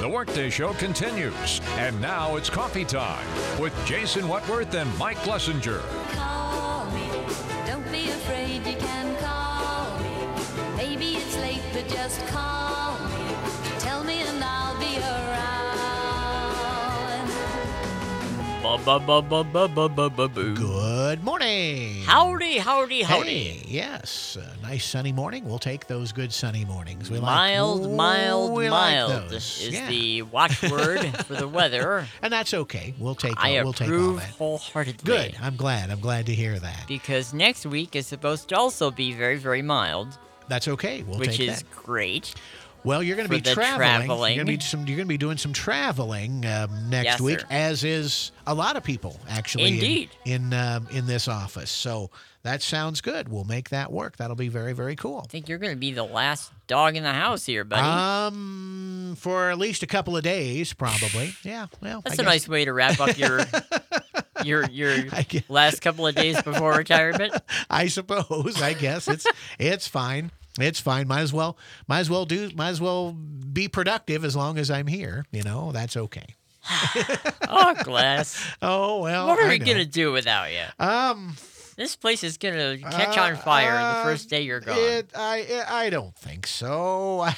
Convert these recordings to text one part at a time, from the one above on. The Workday Show continues. And now it's coffee time with Jason Wentworth and Mike Lessinger. Call me. Don't be afraid, you can call me. Maybe it's late, but just call me. Tell me and I'll be around. Ba ba ba ba ba ba ba ba boo. Good morning. Howdy, howdy, howdy. Hey, yes. A nice sunny morning. We'll take those good sunny mornings. We Mild, like, mild, we like mild those. is Yeah. the watchword for the weather. And that's okay. We'll take I all, we'll take all approve that. wholeheartedly. Good. I'm glad. I'm glad to hear that. Because next week is supposed to also be very, very mild, That's okay. We'll which take is that. great. Well, you're going for to be the traveling. You're going to traveling. be some. You're going to be doing some traveling um, next Yes, week, sir. as is a lot of people actually. in- Indeed. In in, um, in this office, so that sounds good. We'll make that work. That'll be very very cool. I think you're going to be the last dog in the house here, buddy. Uh, Um, for at least a couple of days, probably. Yeah. Well, That's a a nice way to wrap up your your your I guess. last couple of days before retirement. I suppose. I guess it's it's fine. It's fine. Might as well. Might as well do. Might as well be productive as long as I'm here. You know, that's okay. Oh, Glass. Oh well. What are I we know. going to do without you? Um, This place is gonna catch Uh, on fire the uh, first day you're gone. it, I I don't think so. I,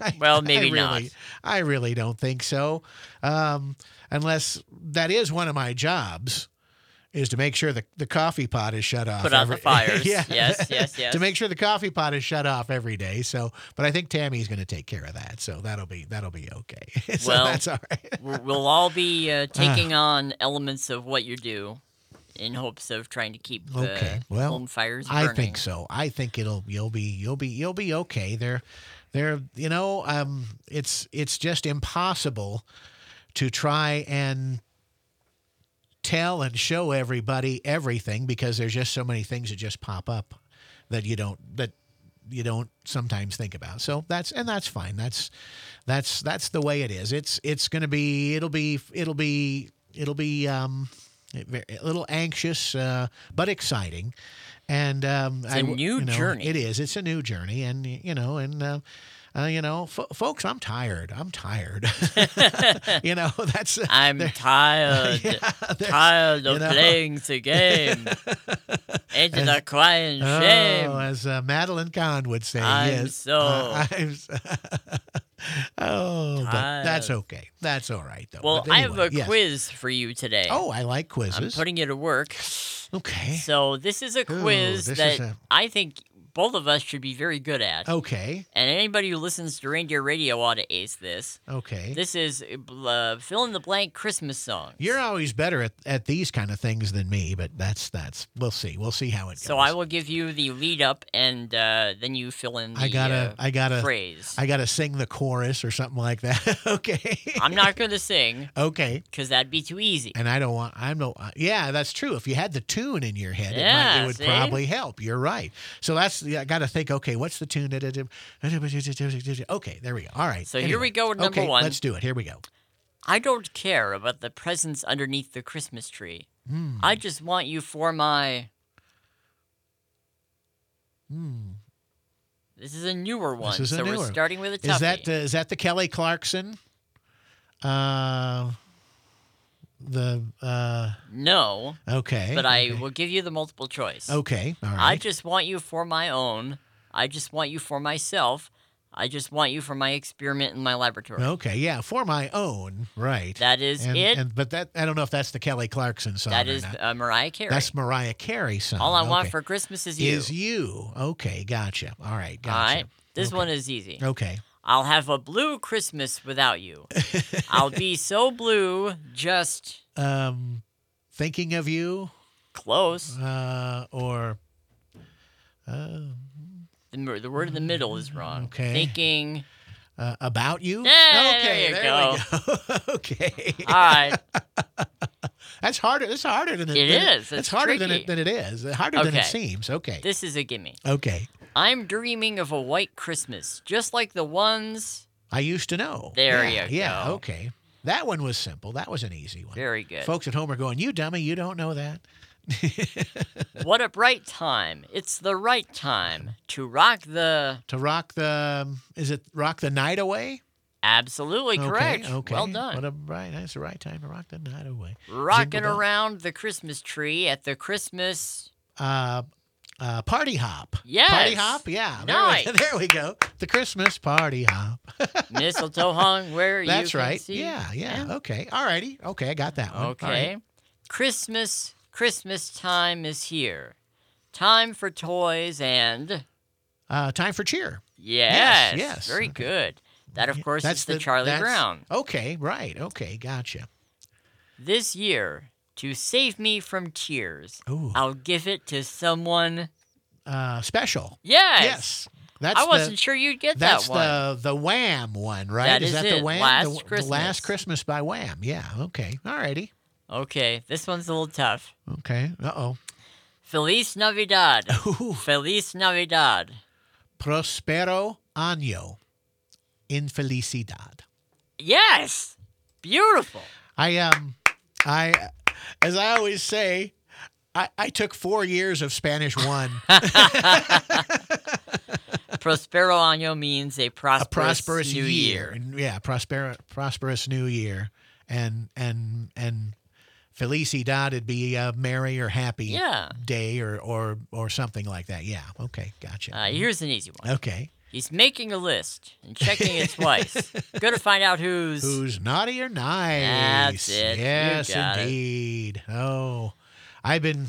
I, Well, maybe I really, not. I really don't think so. Um, unless that is one of my jobs, is to make sure the, the coffee pot is shut off. Put out the fires. yeah. Yes, yes, yes. to make sure the coffee pot is shut off every day. So, but I think Tammy's going to take care of that. So that'll be that'll be okay. so Well, that's all right. We'll we'll all be Ah. uh, taking on elements of what you do, in hopes of trying to keep the Okay, well, home fires burning. I think so. I think it'll you'll be you'll be you'll be okay. They're they're you know um it's it's just impossible to try and tell and show everybody everything because there's just so many things that just pop up that you don't that you don't sometimes think about. So that's and that's fine. That's that's that's the way it is. It's it's going to be it'll be it'll be it'll be um a little anxious uh, but exciting. And um, a w- new you know, journey. It is. It's a new journey, and you know, and uh, uh, you know, fo- folks, I'm tired. I'm tired. you know, that's I'm tired, tired of you know. playing the game. It's a crying shame. Oh, as uh, Madeline Kahn would say, I'm yes. so Uh, I'm s- oh, but that's tired. okay. That's all right, though. well, But I have a anyway, yes. quiz for you today. Oh, I like I'm quizzes. putting you to work. okay. So this is a quiz this that is a- Oh. I think both of us should be very good at. Okay. And anybody who listens to Reindeer Radio ought to ace this. Okay. This is uh, bl- uh, fill in the blank Christmas songs. You're always better at, at these kind of things than me, but that's that's we'll see. We'll see how it goes. so I will give you the lead up, and uh, then you fill in the I gotta uh, I gotta phrase. I gotta sing the chorus or something like that. okay. I'm not going to sing okay. because that'd be too easy. And I don't want. I'm no. uh, Yeah, that's true. If you had the tune in your head, it, might, Yeah, it would see? probably help. You're right. So that's. yeah, I got to think. Okay, what's the tune? Okay, there we go. All right. So here we go with number okay, one. Let's do it. Here we go. I don't care about the presents underneath the Christmas tree. Hmm. I just want you for my. This is a newer one, Hmm. is a so newer we're one. starting with a toughie. Is that the, is that the Kelly Clarkson? Uh, the uh. no? Okay. But I okay. will give you the multiple choice. Okay. All I right. just want you for my own. I just want you for myself. I just want you for my experiment in my laboratory. okay. Yeah. For my own. Right. That is and, it. And, but that I don't know if that's the Kelly Clarkson song. that or is not. uh, Mariah Carey. That's Mariah Carey song. All I want Okay. for Christmas is you. Is you. Okay, gotcha. All right, All gotcha. right. This Okay. one is easy. Okay. I'll have a blue Christmas without you. I'll be so blue, just Um thinking of you close. uh or The, mer- the word in the middle is wrong. Okay. Thinking. uh, about you. Yeah, okay, there you we go. okay. All right. That's harder. That's harder than it, It than is. That's It's harder than tricky. it than it is. Harder than Okay. it seems. Okay. This is a gimme. okay. I'm dreaming of a white Christmas, just like the ones. I used to know. There yeah, you Yeah, go. okay. That one was simple. That was an easy one. Very good. Folks at home are going, "You dummy, you don't know that." What a bright time. It's the right time to rock the. um, To rock the is it rock the night away? absolutely correct. Okay, okay. Well done. What a right. That's the right time to rock the night away. Rocking Jingle bell. around the Christmas tree at the Christmas. Uh, uh, party hop. Party Yes. hop. Yeah. Nice. There we, there we go. The Christmas party hop. mistletoe hung where you That's can right. see- Yeah, yeah. Okay. All righty. Okay. I got that one. All Okay. right. Christmas, Christmas time is here. Time for toys and Uh, time for cheer. yes, yes. very Okay. good. That of course is the, Charlie that's- Brown. Okay. Right. Okay. Gotcha. This year, to save me from tears, Ooh. I'll give it to someone. Uh, special. Yes. Yes. That's I wasn't the, sure you'd get That's that one. the the Wham one, right? That is that it, the Wham? Last the, Christmas. the last Christmas by Wham. Yeah. Okay. All righty. Okay, this one's a little tough. Okay. Uh oh. Feliz Navidad. Ooh. Feliz Navidad. Prospero año infelicidad. Yes. Beautiful. I um, I, as I always say, I, I took four years of Spanish one. Prospero año means a prosperous, a prosperous new year. And, yeah, prosper, prosperous new year, and and and felicidad would be a merry or happy Yeah. day or or or something like that. Yeah. Okay. Gotcha. Uh, here's an easy one. okay. He's making a list and checking it twice. Gonna find out who's. Who's naughty or nice? That's it. You Yes, got it. indeed. Oh, I've been,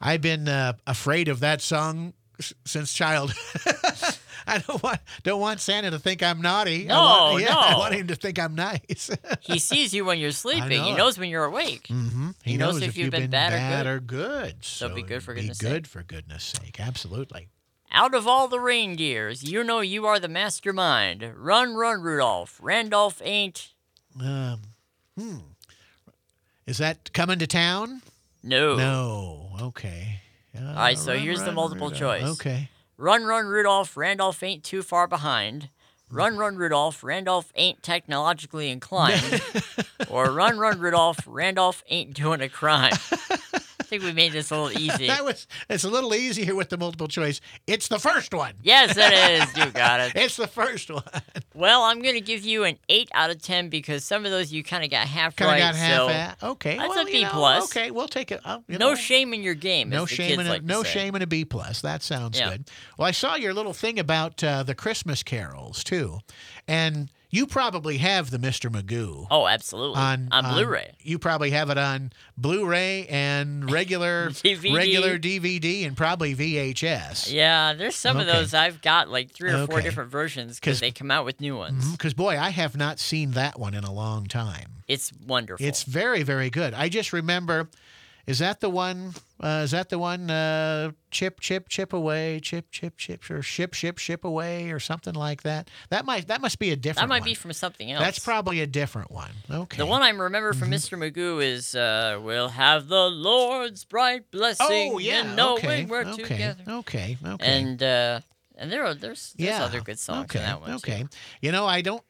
I've been uh, afraid of that song s- since child. I don't want, don't want Santa to think I'm naughty. I want, No, yeah, I no. want him to think I'm nice. He sees you when you're sleeping. He know. knows when you're awake. Mm-hmm. He, knows if you've been bad or or good. good. So be good for it'd goodness' be sake. good for goodness sake. Absolutely. Out of all the reindeers, you know you are the mastermind. Run, run, Rudolph. Randolph ain't. Um, hmm. Is that coming to town? No. No. Okay. All right, so here's the multiple choice. Okay. Run, run, Rudolph. Randolph ain't too far behind. Hmm. Run, run, Rudolph. Randolph ain't technologically inclined. or run, run, Rudolph. Randolph ain't doing a crime. I think we made this a little easy. That was it's a little easier with the multiple choice. It's the first one. Yes, it is. You got it. It's the first one. Well, I'm going to give you an 8 out of 10 because some of those you kind of got half Kind of right. got half so at. Okay. that's well, a you B know, plus. Okay, we'll take it. I'll- you No know, shame in your game. No as the shame kids in a like to no say. shame in a B plus. That sounds Yeah. good. Well, I saw your little thing about uh, the Christmas carols too, and you probably have the Mr. Magoo Oh, absolutely. on On Blu-ray. You probably have it on Blu-ray and regular DVD. regular DVD and probably VHS. Yeah, there's some of Okay. those I've got like three or four Okay. different versions because 'Cause- Mm-hmm. they come out with new ones. Because boy, I have not seen that one in a long time. It's wonderful. It's very, very good. I just remember, is that the one? Uh, is that the one? Uh, chip, chip, chip away, chip, chip, chip, or ship, ship, ship away, or something like that. That might that must be a different. that might one. be from something else. That's probably a different one. Okay. the one I remember from Mr. Magoo is uh, "We'll have the Lord's bright blessing oh yeah. and knowing okay. we're okay. together." Okay. Okay. And uh, and there are there's, there's yeah. other good songs okay. in that one. too. Okay. You know, I don't,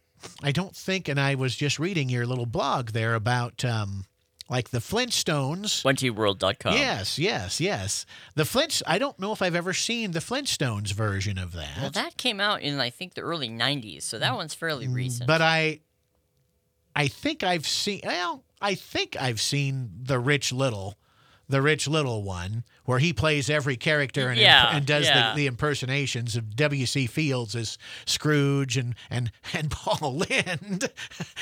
I don't think, and I was just reading your little blog there about um, like the Flintstones. OneTWorld.com. Yes, yes, yes. The Flints. I don't know if I've ever seen the Flintstones version of that, Well, that came out in I think the early '90s, so that one's fairly recent. Mm, but I, I think I've seen. Well, I think I've seen the Rich Little, the Rich Little one, where he plays every character and, Yeah, and does yeah. the, the impersonations of W.C. Fields as Scrooge and and and Paul Lind.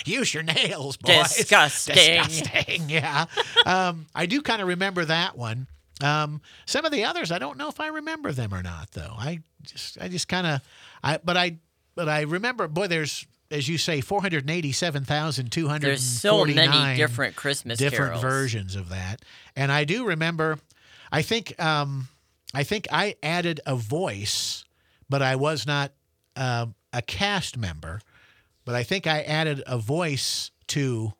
Use your nails, boys. Disgusting. Disgusting. Yeah. um, I do kind of remember that one. Um, some of the others, I don't know if I remember them or not, though. I just, I just kind of, I, but I, but I remember. Boy, there's, as you say, four hundred eighty-seven thousand two hundred. there's so many different Christmas different carols. versions of that, and I do remember. I think, um, I think I added a voice, but I was not um, a cast member. But I think I added a voice to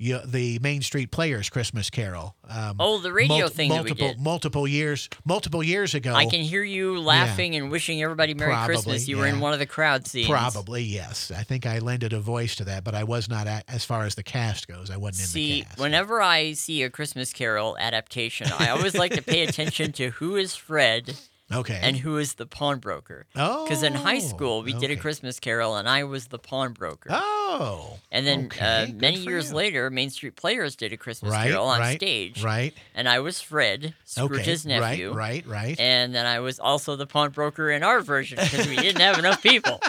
you, the Main Street Players Christmas Carol. Um, Oh, the radio mul- thing that we multiple did. multiple years multiple years ago. I can hear you laughing and wishing everybody Merry Probably, Christmas. You were in yeah. one of the crowd scenes. Probably yes. I think I lended a voice to that, but I was not at, as far as the cast goes. I wasn't in See, the cast. whenever I see a Christmas Carol adaptation, I always like to pay attention to who is Fred Okay. and who is the pawnbroker. Because in high school, we did a Oh, okay. Christmas Carol, and I was the pawnbroker. Oh. and then okay, uh, good many for years you. later, Main Street Players did a Christmas right, Carol on right, stage. Right. And I was Fred, Scrooge's okay. nephew. Right, right, right. And then I was also the pawnbroker in our version because we didn't have enough people.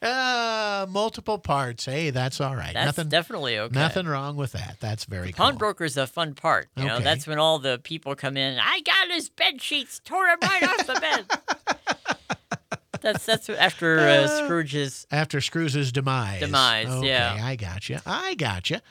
Uh, multiple parts. Hey, that's all right. That's nothing definitely okay. nothing wrong with that. That's very cool. Pawnbroker's a fun part. You know, Okay. that's when all the people come in. I got his bed sheets, tore him right off the bed. That's that's after uh, Scrooge's After Scrooge's demise. Demise, okay, yeah. I gotcha. I gotcha.